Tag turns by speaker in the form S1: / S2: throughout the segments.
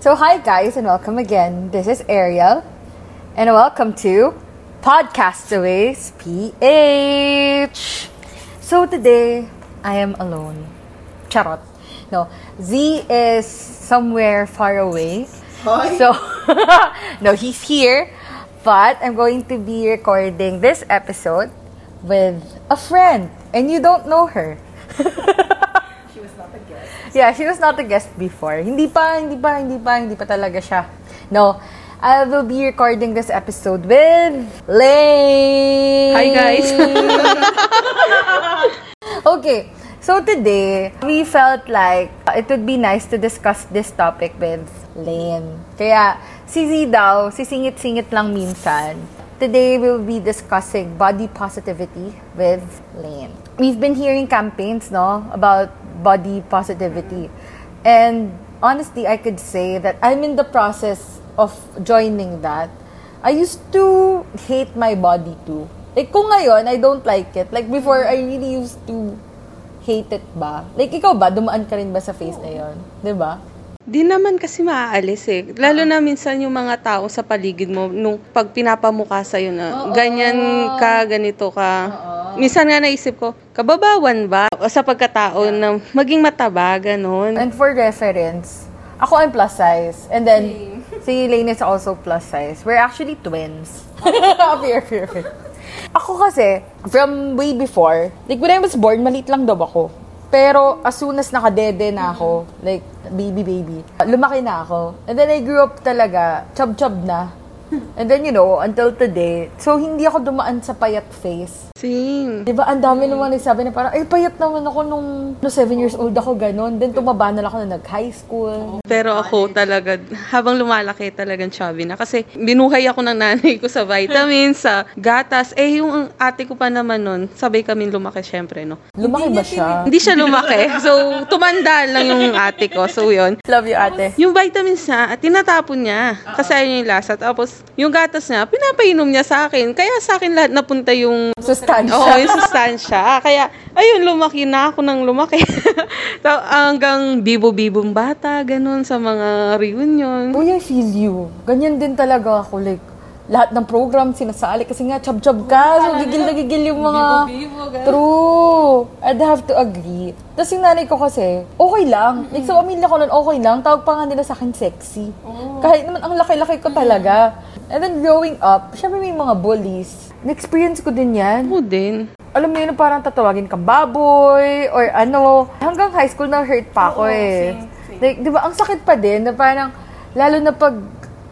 S1: So, hi guys, and welcome again. This is Ariel, and welcome to Podcastaways PH. So, today I am alone. Charot. No, Z is somewhere far away.
S2: Hi.
S1: So, no, he's here, but I'm going to be recording this episode with a friend, and you don't know her.
S2: She was not a guest.
S1: Yeah, she was not a guest before. Hindi pa, hindi pa, hindi pa, hindi pa talaga siya. No, I will be recording this episode with Lane.
S3: Hi, guys.
S1: okay, so today we felt like it would be nice to discuss this topic with Lane. Kaya si Z daw, sisingit-singit lang minsan. Today we'll be discussing body positivity with Lane. We've been hearing campaigns, no, about body positivity. And honestly, I could say that I'm in the process of joining that. I used to hate my body too. Like, kung ngayon, I don't like it. Like, before, I really used to hate it ba? Like, ikaw ba? Dumaan ka rin ba sa phase na yun? 'Di ba?
S3: Di naman kasi maaalis eh. Lalo na minsan yung mga tao sa paligid mo, nung pag pinapamukha sa'yo na ganyan ka, ganito ka. Minsan nga naisip ko, kababawan ba? O sa pagkatao na maging mataba, ganun.
S1: And for reference, ako I'm plus size. And then, si Lane is also plus size. We're actually twins. Appear, appear, appear. Ako kasi, from way before, like when I was born, maliit lang daw ako. Pero as soon as nakadede na ako, like baby baby, lumaki na ako. And then I grew up talaga, chub-chub na. And then, you know, until today, so hindi ako dumaan sa payat phase.
S3: Same.
S1: Di ba, ang dami naman nagsabi na parang, ay, payat naman ako nung, nung seven years old ako, ganun. Then tumaba na lang ako na nag-high school.
S3: Pero ako talaga, habang lumalaki talagang chubby na. Kasi binuhay ako ng nanay ko sa vitamins, sa gatas. Eh, yung ate ko pa naman nun, sabay kami lumaki syempre, no?
S1: Lumaki ba siya?
S3: Hindi siya lumaki. So, tumanda lang yung ate ko. So, yun.
S1: Love you, ate.
S3: Yung vitamins niya, ah, tinatapon niya. Kasi ayaw niya yung lasa. Tapos, yung gatas niya, pinapainom niya sa akin. Kaya sa akin lahat napunta yung,
S1: Sustansya.
S3: oo, yung sustansya. Ah, Kaya, ayun, lumaki na ako ng lumaki. so, hanggang bibo-bibong bata, ganun, sa mga reunion.
S1: Uy, I feel you. Ganyan din talaga ako, like, lahat ng program sinasali kasi nga chub-chub ka. So, gigil na gigil yung mga... True. I'd have to agree. Tapos yung nanay ko kasi, okay lang. Like, sa pamilya ko nun, okay lang. Tawag pa nga nila sa akin sexy. Kahit naman, ang laki-laki ko talaga. And then growing up, syempre may mga bullies. Na-experience ko din yan.
S3: Ako Ano din.
S1: Alam mo yun, parang tatawagin kang baboy, or ano. Hanggang high school na hurt pa ako eh. Like, di ba, ang sakit pa din, na parang, lalo na pag,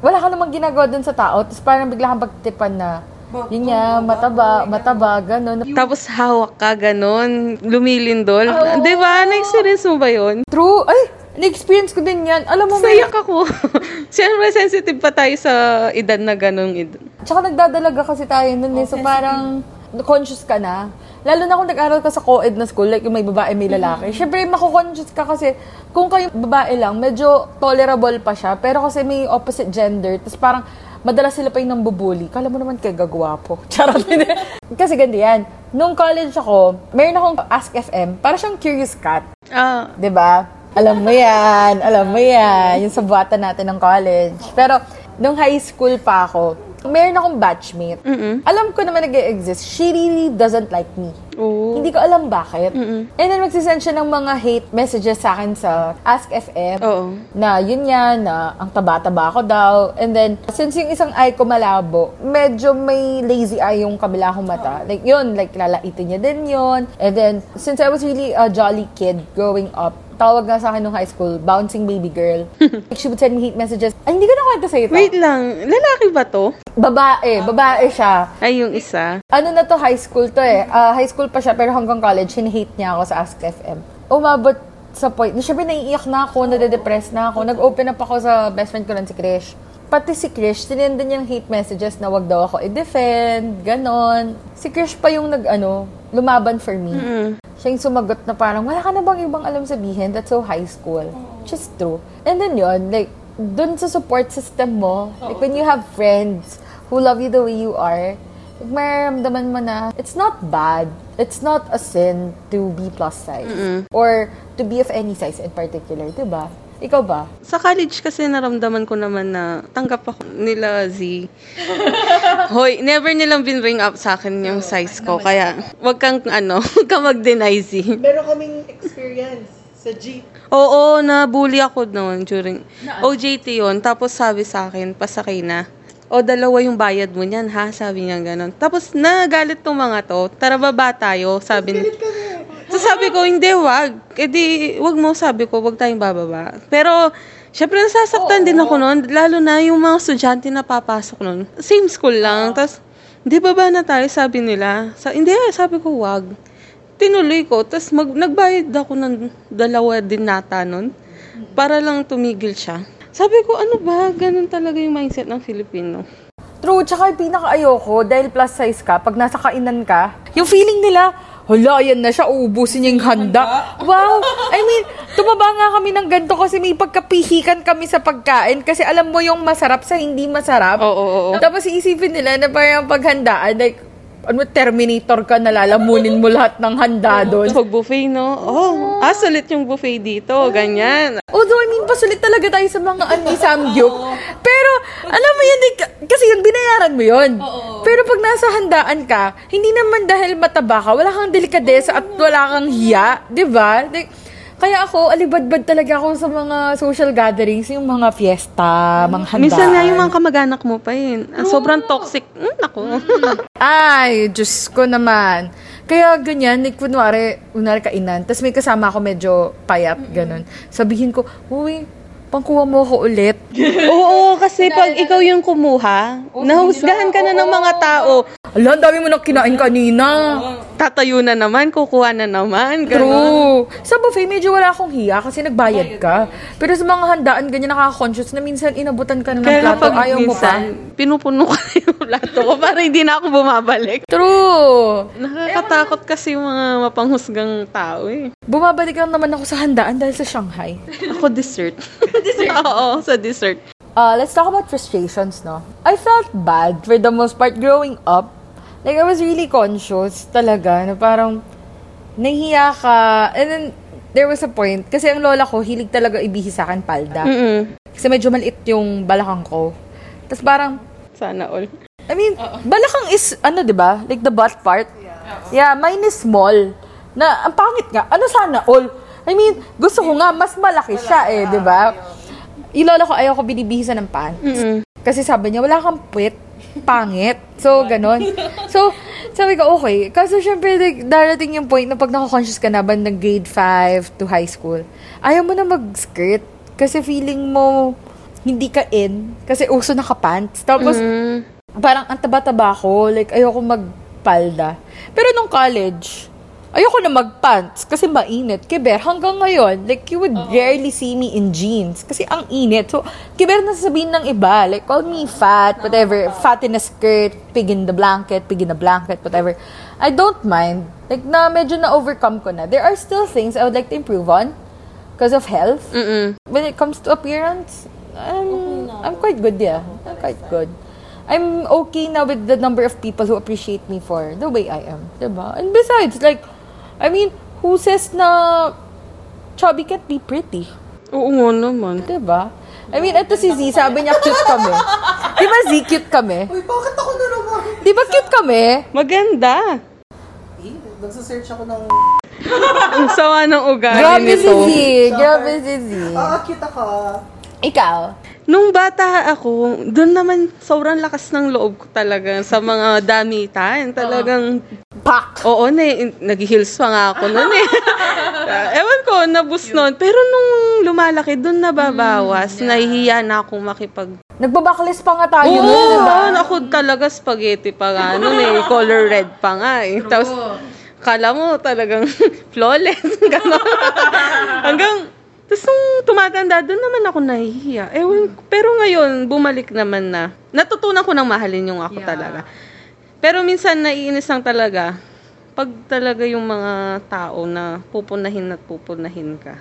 S1: wala ka namang ginagawa dun sa tao, tapos parang bigla kang pagtipan na, yun nga, mataba, mataba, gano'n.
S3: Tapos hawak ka, ganun. Lumilindol. Di ba? Na-experience mo ba yun?
S1: True, ay, na-experience ko din yan. Alam mo, may,
S3: Sayak ako. Siyempre, sensitive pa tayo sa edad na ganung edad.
S1: tsaka nagdadalaga kasi tayo nun eh, so parang, conscious ka na. Lalo na kung nag-aral ka sa co-ed na school, like yung may babae, may lalaki. Siyempre, mako-conscious ka kasi kung kayo babae lang, medyo tolerable pa siya. Pero kasi may opposite gender, tapos parang madalas sila pa yung nambubuli. Kala mo naman kay gagwapo. Charot hindi. kasi ganito yan. Nung college ako, meron akong Ask FM. Para siyang curious cat.
S3: Ah,
S1: 'di ba? Diba? Alam mo 'yan, alam mo 'yan, yung sa buwatan natin ng college. Pero nung high school pa ako, meron akong batchmate. Alam ko naman nag-exist. She really doesn't like me.
S3: oo.
S1: Hindi ko alam bakit. And then magsisend siya ng mga hate messages sa akin sa Ask FM.
S3: Oo.
S1: Na yun nga, na ang taba-taba ko daw. And then, since yung isang eye ko malabo, medyo may lazy eye yung kabila kong mata. Like yun, like lalaitin niya din yun. And then, since I was really a jolly kid growing up, tawag nga sa akin nung high school, bouncing baby girl. like, she would send me hate messages. Ay, hindi ko nakwento sa'yo ito.
S3: Wait lang, lalaki ba to?
S1: Babae, babae siya
S3: Ay, yung isa.
S1: ano na to, high school to eh. Ah, high school pa siya, pero hanggang college, hate niya ako sa Ask FM. Umabot sa point, na syempre naiiyak na ako, nade-depress na ako. Nag-open up ako sa best friend ko lang si Krish. Pati si Krish, sinendan niya ng hate messages na wag daw ako i-defend, ganon. Si Krish pa yung nag, ano, lumaban for me. Siya yung sumagot na parang, wala ka na bang ibang alam sabihin? That's so high school. Which is true. And then yun, like, dun sa support system mo, like when you have friends who love you the way you are, like, mararamdaman mo na, it's not bad. It's not a sin to be plus size. Or to be of any size in particular, di ba? Ikaw ba?
S3: Sa college kasi naramdaman ko naman na tanggap ako nila Z. Hoy, never nilang binbring up sa akin yung size ko. Kaya, wag kang, ano, wag kang mag-deny Z.
S2: Meron kaming experience sa jeep.
S3: Oo, nabully ako noon during OJT yon Tapos sabi sa akin, pasakay na. O dalawa yung bayad mo niyan ha, sabi niya ganon. Tapos nagalit tong mga to, tara baba tayo, sabi ni... So sabi ko, hindi wag. E di, wag mo sabi ko, wag tayong bababa. Pero, syempre nasasaktan din ako noon, lalo na yung mga estudyante na papasok noon. Same school lang, tapos, di baba na tayo, sabi nila. Sa, hindi, sabi ko, wag tinuloy ko. Tapos mag, nagbayad ako ng dalawa din nata nun para lang tumigil siya. Sabi ko, ano ba? Ganun talaga yung mindset ng Filipino.
S1: True, tsaka yung pinaka-ayoko, dahil plus size ka, pag nasa kainan ka, yung feeling nila, hala, yan na siya, uubusin niya yung handa. Wow! I mean, tumaba nga kami ng ganito kasi may pagkapihikan kami sa pagkain kasi alam mo yung masarap sa hindi masarap.
S3: Oo, oo, oo.
S1: Tapos iisipin nila na parang paghandaan, like, ano, Terminator ka, nalalamunin mo lahat ng handa doon.
S3: Pag buffet, no? Oh, ah, sulit yung buffet dito. Ganyan.
S1: Although, I mean, pasulit talaga tayo sa mga anti samgyup. Pero, alam mo yun, eh, k- kasi yun, binayaran mo yun. Pero pag nasa handaan ka, hindi naman dahil mataba ka, wala kang delikadesa at wala kang hiya. di ba? Like, kaya ako, alibadbad talaga ako sa mga social gatherings, yung mga fiesta, mga handaan.
S3: Minsan nga yung mga kamag-anak mo pa yun. Ang sobrang toxic. Mm, ako.
S1: Ay, Diyos ko naman. Kaya ganyan, like, kunwari, kunwari kainan, tapos may kasama ako medyo payat, ganun. Sabihin ko, uy, pangkuha mo ako ulit.
S3: Oo, kasi pag ikaw yung kumuha, nahusgahan ka na ng mga tao.
S1: Ala, ang dami mo nang kinain kanina.
S3: Tatayo na naman, kukuha na naman. Ganun.
S1: True. Sa buffet, medyo wala akong hiya kasi nagbayad ka. Pero sa mga handaan, ganyan nakaka-conscious na minsan inabutan ka na ng
S3: Kaya
S1: plato,
S3: pag
S1: ayaw mo pa.
S3: minsan, pinupuno ko na yung plato ko para hindi na ako bumabalik.
S1: True.
S3: Nakakatakot kasi yung mga mapanghusgang tao eh.
S1: Bumabalik lang naman ako sa handaan dahil sa Shanghai.
S3: Ako dessert. dessert? Oo, sa dessert.
S1: Uh, let's talk about frustrations, no? I felt bad for the most part growing up. Like, I was really conscious talaga na parang nahiya ka. And then, there was a point. Kasi ang lola ko, hilig talaga ibihis sa akin
S3: Mm.
S1: palda.
S3: Mm-mm.
S1: Kasi medyo maliit yung balakang ko. Tapos parang,
S3: Sana all.
S1: I mean, balakang is, ano, di ba? Like the butt part. Yeah. mine is small. Na, ang pangit nga. Ano sana all? I mean, gusto ko nga, mas malaki siya eh, di ba? Yung lola ko, ayaw ko binibihisan ng pants. Kasi sabi niya, wala kang puwit. Pangit. So, ganon. So, sabi ko, okay. Kaso, syempre, like, darating yung point na pag nakakonsyos ka na bandang grade 5 to high school, ayaw mo na mag-skirt. Kasi feeling mo, hindi ka in. Kasi uso nakapants. Tapos,
S3: Mm.
S1: parang ang taba-taba ko. Like, ayoko magpalda. Pero nung college, ayoko na magpants kasi mainit. Kiber, hanggang ngayon, like, you would rarely see me in jeans kasi ang init. So, kiber na sasabihin ng iba. Like, call me fat, whatever. Fat in a skirt, pig in the blanket, pig in a blanket, whatever. I don't mind. Like, na medyo na-overcome ko na. There are still things I would like to improve on because of health
S3: Mm-mm.
S1: when it comes to appearance, I'm, I'm quite good, yeah. I'm quite good. I'm okay now with the number of people who appreciate me for the way I am. Diba? And besides, like, I mean, who says na chubby can't be pretty?
S3: Oo nga naman.
S1: Diba? I mean, eto si Z, sabi niya cute kami. Di ba Z, cute kami?
S2: Uy, bakit ako na naman?
S1: Di ba cute kami?
S3: Maganda.
S2: Eh, nagsasearch ako ng...
S3: Ang sawa ng ugali
S1: Grabe si
S3: nito.
S1: Z. Grabe si Z.
S2: Ah, cute ako.
S1: Ikaw?
S3: Nung bata ako, doon naman sobrang lakas ng loob ko talaga sa mga damitan. Talagang
S1: Pak!
S3: Oo, na, nag-heels pa nga ako noon eh. Ewan ko, nabus noon. Pero nung lumalaki, doon nababawas. Nahihiya na akong makipag...
S1: Nagbabakles pa nga tayo
S3: Oo,
S1: nun, diba?
S3: ako talaga spaghetti pa nga noon eh. Color red pa nga eh. Tapos, kala mo talagang flawless. Ganon. Hanggang, tapos nung tumatanda, doon naman ako nahihiya. Ewan, ko. pero ngayon, bumalik naman na. Natutunan ko ng mahalin yung ako talaga. Pero minsan, naiinis lang talaga pag talaga yung mga tao na pupunahin at pupunahin ka.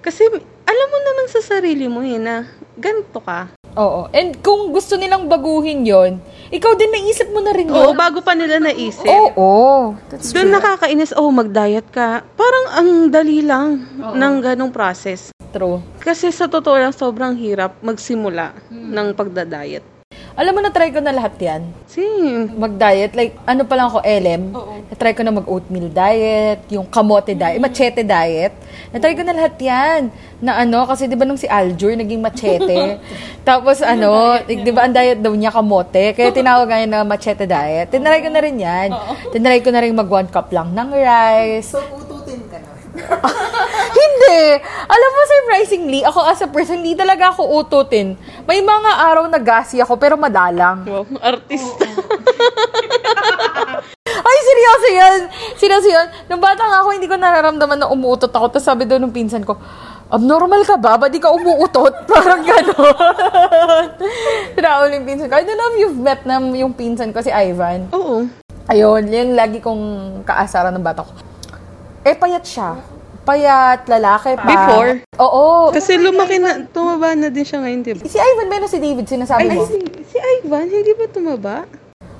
S3: Kasi alam mo naman sa sarili mo eh na ganito ka.
S1: Oo. And kung gusto nilang baguhin yon, ikaw din naisip mo na rin
S3: Oo,
S1: yun.
S3: bago pa nila naisip.
S1: Oo. That's
S3: Doon nakakainis, oh, mag-diet ka. Parang ang dali lang ng ganong process.
S1: True.
S3: Kasi sa totoo lang, sobrang hirap magsimula ng pagda-diet.
S1: Alam mo, na-try ko na lahat yan.
S3: Same.
S1: Mag-diet, like, ano pa lang ako, LM. Na-try ko na mag-oatmeal diet, yung kamote diet, machete diet. Na-try ko na lahat yan. Na ano, kasi di ba nung si Aljur, naging machete. Tapos ano, like, di ba ang diet daw niya kamote? Kaya tinawag nga yun na machete diet. Tinry ko na rin yan. Tinry ko na rin mag one cup lang ng rice.
S2: So, ututin ka na.
S1: Hindi! Alam mo, surprisingly, ako as a person, hindi talaga ako ututin. May mga araw na gassy ako, pero madalang.
S3: Wow, artista.
S1: Ay, seryoso yun. Seryoso yun. Nung bata nga ako, hindi ko nararamdaman na umuutot ako. Tapos sabi doon nung pinsan ko, abnormal ka ba? Ba't di ka umuutot? Parang gano'n. Tinaol yung pinsan ko. I don't know if you've met na yung pinsan ko, si Ivan.
S3: Oo.
S1: Ayun, yun lagi kong kaasaran ng bata ko. Eh, payat siya. Payat, lalaki pa.
S3: Before?
S1: Oo.
S3: Kasi lumaki na, tumaba na din siya ngayon, di ba?
S1: Eh, Si Ivan, meron si David, sinasabi
S3: Ay,
S1: mo.
S3: si, si Ivan, hindi ba tumaba?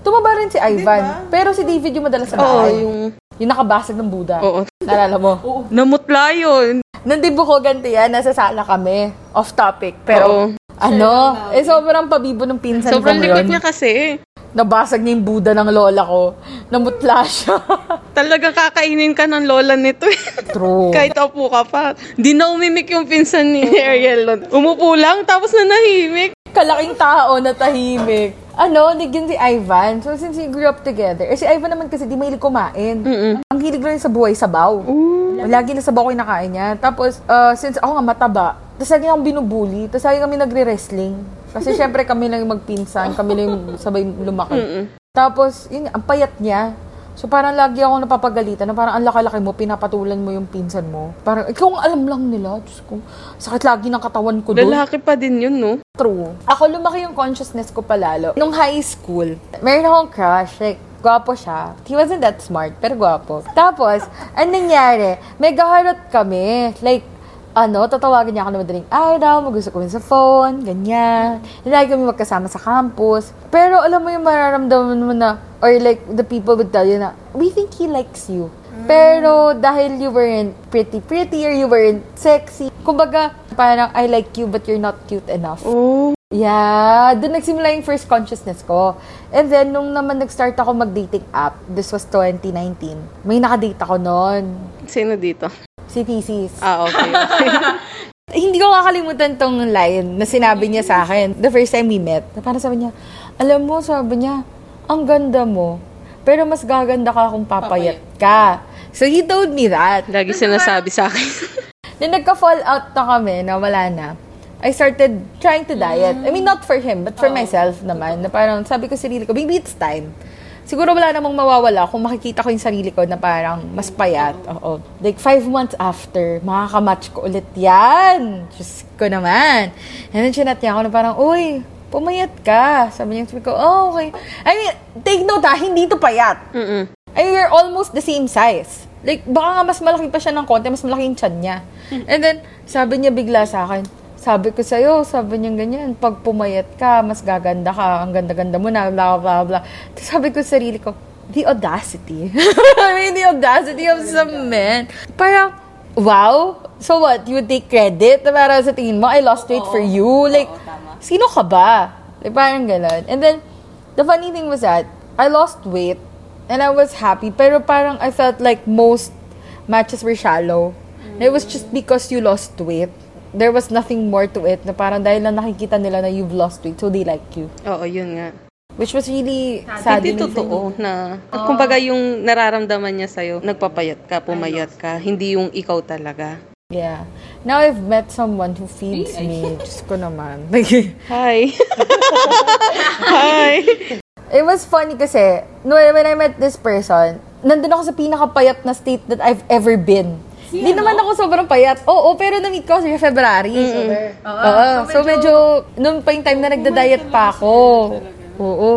S1: Tumaba rin si Ivan. Pero si David yung madalas sa
S3: Oo,
S1: bahay.
S3: yung...
S1: Yung nakabasag ng Buddha.
S3: Oo.
S1: Naalala mo?
S3: Namutla yun.
S1: Nung dibo ko ganti yan, nasa sala kami. Off topic. Pero,
S3: Oo.
S1: ano, eh sobrang pabibo ng pinsan
S3: Sobrang
S1: ko
S3: likot
S1: ngayon.
S3: niya kasi.
S1: Nabasag niya yung Buddha ng lola ko. Namutla siya.
S3: Talagang kakainin ka ng lola nito. eh.
S1: True.
S3: Kahit upo ka pa. Di na umimik yung pinsan ni Ariel nun. Umupo lang, tapos nanahimik.
S1: Kalaking tao na tahimik. Ano, nigyan si Ivan. So, since we grew up together, eh si Ivan naman kasi di mahilig kumain. Ang hilig lang niya sa buhay, sabaw. Lagi na sabaw ko yung nakain niya. Tapos, uh, since ako nga mataba, tapos lagi akong binubuli, tapos lagi kami nagre-wrestling. Kasi syempre kami lang yung magpinsan, kami lang yung sabay lumaki. Tapos, yun, nga, ang payat niya. So, parang lagi ako napapagalitan na parang ang laki-laki mo, pinapatulan mo yung pinsan mo. Parang, ikaw ang alam lang nila. Diyos ko, sakit lagi ng katawan ko doon.
S3: Lalaki pa din yun, no?
S1: True. Ako lumaki yung consciousness ko palalo. Nung high school, meron akong crush. Like, gwapo siya. He wasn't that smart, pero gwapo. Tapos, ang nangyari, mega harot kami. Like, ano, tatawagin niya ako na madaling araw, magusto ko yun sa phone, ganyan. Lagi kami magkasama sa campus. Pero alam mo yung mararamdaman mo na, or like, the people would tell you na, we think he likes you. Pero dahil you weren't pretty pretty or you weren't sexy, kumbaga, parang I like you but you're not cute enough.
S3: Oh.
S1: Yeah, doon nagsimula yung first consciousness ko. And then, nung naman nag-start ako mag-dating app, this was 2019, may nakadate ako noon,
S3: Sino dito?
S1: si Thesis.
S3: Ah, okay.
S1: Hindi ko kakalimutan tong line na sinabi niya sa akin the first time we met. Na Parang sabi niya, alam mo, sabi niya, ang ganda mo, pero mas gaganda ka kung papayat ka. So he told me that.
S3: Lagi sinasabi sa akin.
S1: Then nagka-fall out na kami na wala na. I started trying to diet. I mean, not for him, but for myself naman. Na parang sabi ko sa sarili ko, maybe it's time. Siguro wala namang mawawala kung makikita ko yung sarili ko na parang mas payat. Oo. Like, five months after, makakamatch ko ulit yan. Diyos ko naman. And then, chinat niya ako na parang, uy, pumayat ka. Sabi niya, sabi ko, oh, okay. I mean, take note ha, hindi to payat.
S3: Mm-mm.
S1: I mean, we're Eh, almost the same size. Like, baka nga mas malaki pa siya ng konti, mas malaki yung chan niya. And then, sabi niya bigla sa akin, sabi ko sa'yo, sabi niya ganyan, pag pumayat ka, mas gaganda ka, ang ganda-ganda mo na, bla, bla, bla. Tapos sabi ko sa sarili ko, the audacity. I mean, the audacity of some men. Parang, wow, so what, you would take credit? Na Parang sa tingin mo, I lost weight for you. Like, sino ka ba? Like, parang ganun. And then, the funny thing was that, I lost weight, And I was happy. Pero parang I felt like most matches were shallow. It was just because you lost weight. There was nothing more to it. Na parang dahil lang nakikita nila na you've lost weight, so they like you.
S3: Oo, yun nga.
S1: Which was really sad.
S3: Hindi totoo na, Oh. kumbaga yung nararamdaman niya sa'yo, nagpapayat ka, pumayat ka, hindi yung ikaw talaga.
S1: Yeah. Now I've met someone who feeds me. Diyos ko naman.
S3: Hi! Hi!
S1: It was funny kasi, no, when I met this person, nandun ako sa pinakapayat na state that I've ever been. Hindi naman ako sobrang payat. Oo, pero na-meet ko siya February. So, oo, so, medyo, nung pa yung time na nagda-diet pa ako. Oo.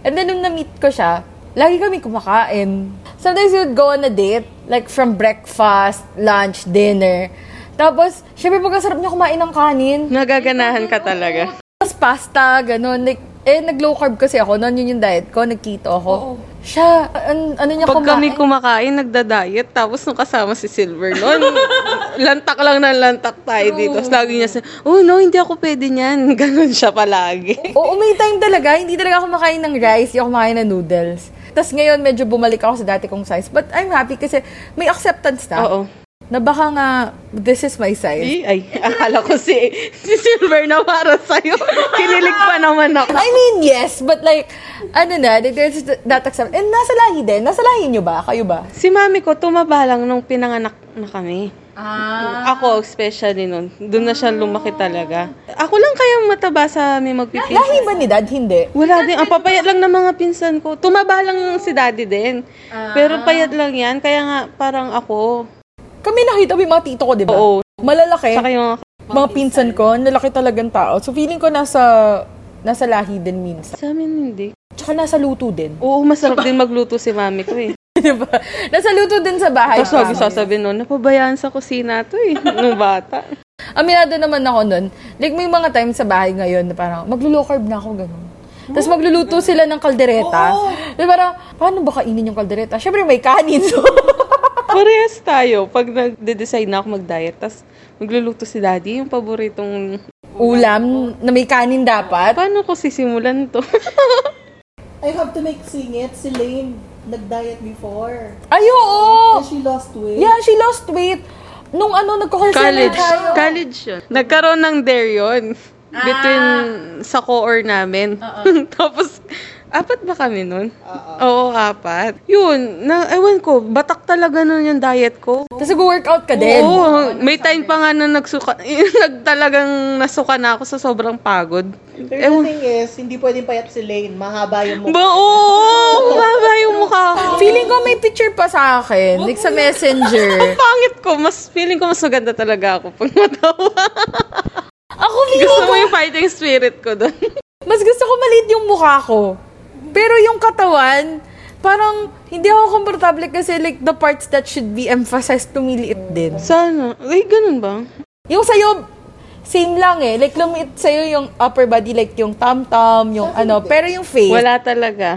S1: And then, nung na-meet ko siya, lagi kami kumakain. Sometimes we would go on a date, like from breakfast, lunch, dinner. Tapos, syempre, pagkasarap niya kumain ng kanin.
S3: Nagaganahan ka talaga.
S1: Tapos pasta, ganun. Like, eh, nag-low carb kasi ako. Noon yun yung diet ko. Nag-keto ako. siya, an- ano niya
S3: Pag kami
S1: kumain.
S3: kumakain, nagda-diet, tapos nung kasama si Silver noon, lantak lang ng lantak tayo dito. Tapos lagi niya sa, oh no, hindi ako pwede niyan. Ganon siya palagi.
S1: Oo, may time talaga. Hindi talaga ako makain ng rice, hindi ako makain ng noodles. Tapos ngayon, medyo bumalik ako sa dati kong size. But I'm happy kasi may acceptance na.
S3: Oo.
S1: Na baka nga, this is my size.
S3: Ay, ay, akala ko si, si Silver na para sa'yo. Kinilig pa naman ako.
S1: I mean, yes, but like, ano na, there's that acceptance. And nasa lahi din. Nasa lahi niyo ba? Kayo ba?
S3: Si mami ko, tumaba lang nung pinanganak na kami.
S1: Ah.
S3: Ako, especially nun. Doon na siya lumaki talaga. Ako lang kaya mataba sa may magpipinsan.
S1: Lahi ba ni dad? Hindi.
S3: Wala din. Ang papayat lang ng mga pinsan ko. Tumaba lang si daddy din. Pero payat lang yan. Kaya nga, parang ako.
S1: Kami nakita mo yung mga tito ko, di ba?
S3: Oo.
S1: Malalaki.
S3: Saka yung mga
S1: mga pinsan ko, nalaki talagang tao. So feeling ko nasa nasa lahi din minsan.
S3: sa amin hindi.
S1: Tsaka nasa luto din.
S3: Oo, masarap din magluto si mami ko eh.
S1: di ba? Nasa luto din sa bahay.
S3: Tapos lagi
S1: namin.
S3: sasabihin nun, napabayaan sa kusina to eh, nung bata.
S1: Aminado naman ako nun. Like, may mga times sa bahay ngayon na parang, maglo-low carb na ako, ganun. Tapos magluluto sila ng kaldereta. Di parang, paano ba kainin yung kaldereta? Siyempre, may kanin. So,
S3: Parehas tayo. Pag nagde-decide na ako mag-diet, tapos magluluto si daddy, yung paboritong,
S1: ulam na may kanin dapat.
S3: paano ko sisimulan to?
S2: I have to make singit. Si Lane, nag-diet before.
S1: Ay, oo!
S2: And she lost weight.
S1: Oh. Yeah, she lost weight. Nung ano, nagko-call center
S3: College.
S1: tayo.
S3: College yun. Nagkaroon ng dare yun. Between sa co-or namin. Tapos, apat ba kami nun? Oo, apat. Yun, na, ewan ko, batak talaga nun yung diet ko.
S1: Tapos nag-workout ka din.
S3: Oo, may time pa nga na nagsuka, nagtalagang nasuka na ako sa sobrang pagod.
S2: Pero
S3: Ewan-
S2: the thing is, hindi pwedeng payat si Lane. Mahaba yung
S3: Ba,
S2: mukha.
S3: oo, oo, kumaba yung mukha ko.
S1: Feeling ko may picture pa sa akin. Like sa messenger.
S3: Pangit ko, mas feeling ko mas maganda talaga ako pag matawa.
S1: Ako feeling
S3: Gusto mo yung fighting spirit ko doon.
S1: Mas gusto ko maliit yung mukha ko. Pero yung katawan, parang hindi ako komportable kasi like the parts that should be emphasized tumiliit din.
S3: Sana. Ay, ganun ba?
S1: Yung sa'yo, same lang eh. Like lumiit sa'yo yung upper body, like yung tam-tam, yung ano. Pero yung face, wala.
S3: Wala talaga.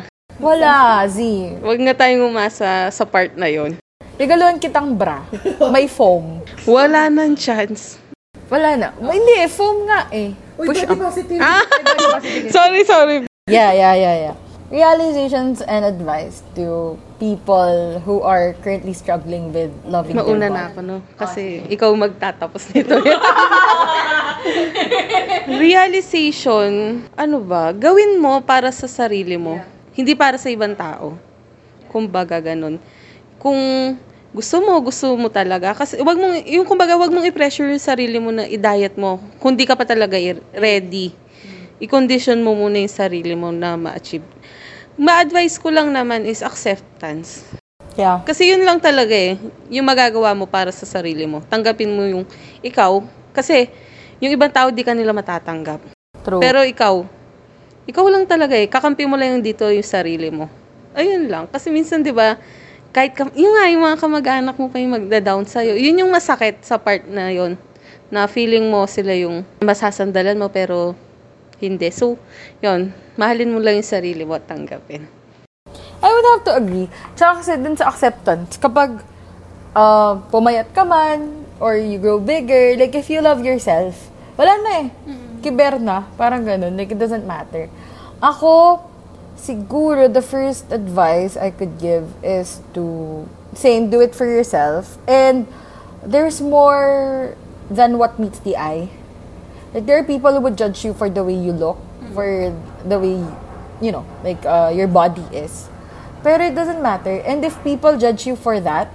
S1: Z.
S3: Huwag nga tayong umasa sa part na yon.
S1: Regaluhan kitang bra. May foam.
S3: Wala nang chance.
S1: Wala na. Hindi eh, foam nga eh.
S2: Uy,
S1: Push
S2: body
S1: up. Ah.
S2: positive.
S3: Sorry, sorry.
S1: Yeah, yeah, yeah, yeah. Realizations and advice to people who are currently struggling with loving their
S3: Mauna
S1: body.
S3: na ako, no? Kasi ikaw magtatapos nito. eh. Realization, ano ba? Gawin mo para sa sarili mo. Hindi para sa ibang tao. Kumbaga ganun. Kung gusto mo, gusto mo talaga. Kasi wag mong, yung kumbaga, wag mong i-pressure yung sarili mo na i-diet mo. Kung di ka pa talaga i- ready. I-condition mo muna yung sarili mo na ma-achieve. Ma-advise ko lang naman is acceptance.
S1: Yeah.
S3: Kasi yun lang talaga eh, yung magagawa mo para sa sarili mo. Tanggapin mo yung ikaw. Kasi yung ibang tao di ka nila matatanggap.
S1: True.
S3: Pero ikaw, ikaw lang talaga eh. Kakampi mo lang yung dito yung sarili mo. Ayun lang. Kasi minsan di ba, kahit kam- yung nga yung mga kamag-anak mo pa yung magda-down sa'yo. Yun yung masakit sa part na yun. Na feeling mo sila yung masasandalan mo pero hindi. So, yun. Mahalin mo lang yung sarili mo at tanggapin.
S1: I would have to agree. Tsaka kasi dun sa acceptance, kapag uh, pumayat ka man, or you grow bigger, like if you love yourself, wala na eh. Kiber na. Parang ganun. Like it doesn't matter. Ako, siguro the first advice I could give is to, same, do it for yourself. And there's more than what meets the eye. Like there are people who would judge you for the way you look, for the way you know, like uh, your body is. Pero it doesn't matter. And if people judge you for that,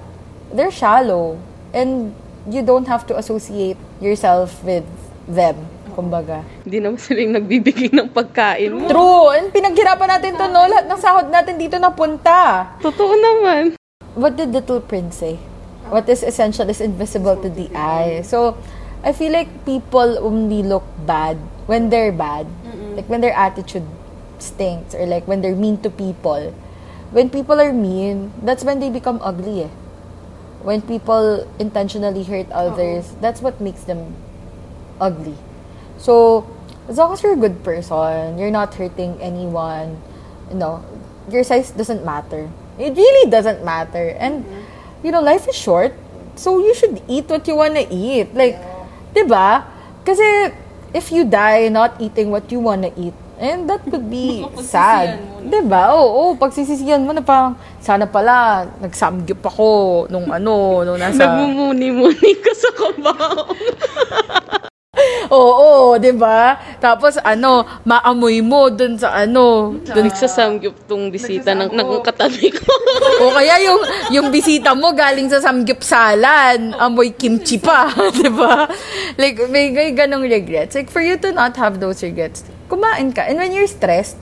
S1: they're shallow, and you don't have to associate yourself with them. Kumbaga.
S3: Hindi naman sila yung nagbibigay ng pagkain mo.
S1: True! And pinaghirapan natin to, no? Lahat ng sahod natin dito napunta.
S3: Totoo naman.
S1: What did Little Prince say? What is essential is invisible to the eye. So, I feel like people only look bad when they're bad. Like when their attitude stinks or like when they're mean to people. When people are mean, that's when they become ugly. Eh. When people intentionally hurt others, that's what makes them ugly. So, as long as you're a good person, you're not hurting anyone, you know, your size doesn't matter. It really doesn't matter. And, you know, life is short. So, you should eat what you wanna eat. Like, di ba? Diba? Kasi, if you die not eating what you wanna eat, and that could be sad. Di ba? Oo, oo, pagsisisihan mo na parang, sana pala, nagsamgyup ako nung ano, nung nasa...
S3: Nagmumuni-muni ka sa kabaw.
S1: Oo, 'di ba? Tapos ano, maamoy mo dun sa ano.
S3: Doon nagsasamgyup tong bisita ng, ng katabi ko.
S1: o kaya yung yung bisita mo galing sa samgyupsalan, amoy kimchi pa, 'di ba? Like may, may ganong regrets. Like for you to not have those regrets, kumain ka. And when you're stressed,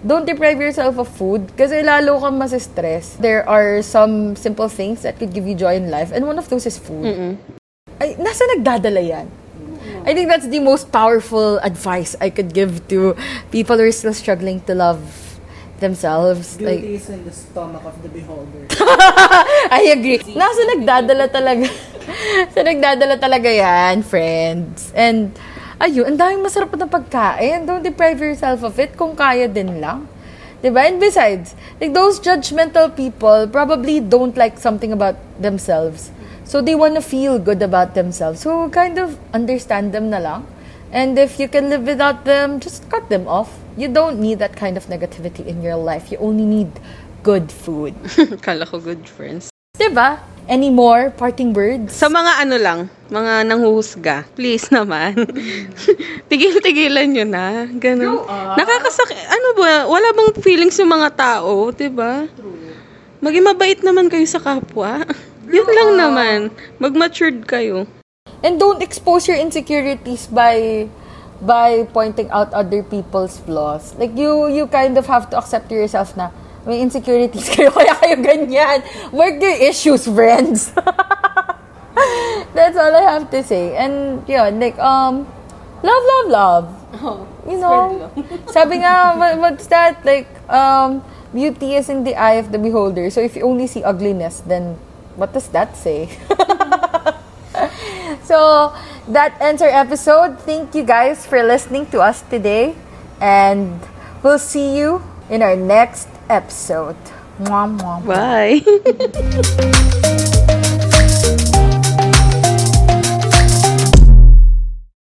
S1: don't deprive yourself of food kasi lalo kang masistress. There are some simple things that could give you joy in life and one of those is food. ay, nasa nagdadala yan? I think that's the most powerful advice I could give to people who are still struggling to love themselves.
S2: Beauty
S1: Like,
S2: is in the stomach of the beholder.
S1: I agree. Nasa nagdadala talaga. sa nagdadala talaga yan, friends. And, ayun, ang daming masarap na pagkain. Don't deprive yourself of it kung kaya din lang. 'Di ba? And besides, like those judgmental people probably don't like something about themselves. So they want to feel good about themselves. So kind of understand them na lang. And if you can live without them, just cut them off. You don't need that kind of negativity in your life. You only need good food.
S3: Kala ko good friends.
S1: Diba? Any more parting words?
S3: Sa mga ano lang, mga nanghuhusga, please naman. Tigil-tigilan nyo na. Ganun. Nakakasakit. Ano ba? Wala bang feelings yung mga tao, 'di ba? Maging mabait naman kayo sa kapwa. Yun lang naman. Mag-matured kayo.
S1: And don't expose your insecurities by by pointing out other people's flaws. Like you you kind of have to accept yourself na may insecurities kayo kaya kayo ganyan. Work your issues, friends. That's all I have to say. And yun, like um love love love. you know, sabi nga, what- what's that? Like, um, beauty is in the eye of the beholder. So if you only see ugliness, then what does that say? so that ends our episode. Thank you guys for listening to us today. And we'll see you in our next episode. Mwah, mwah, mwah.
S3: Bye.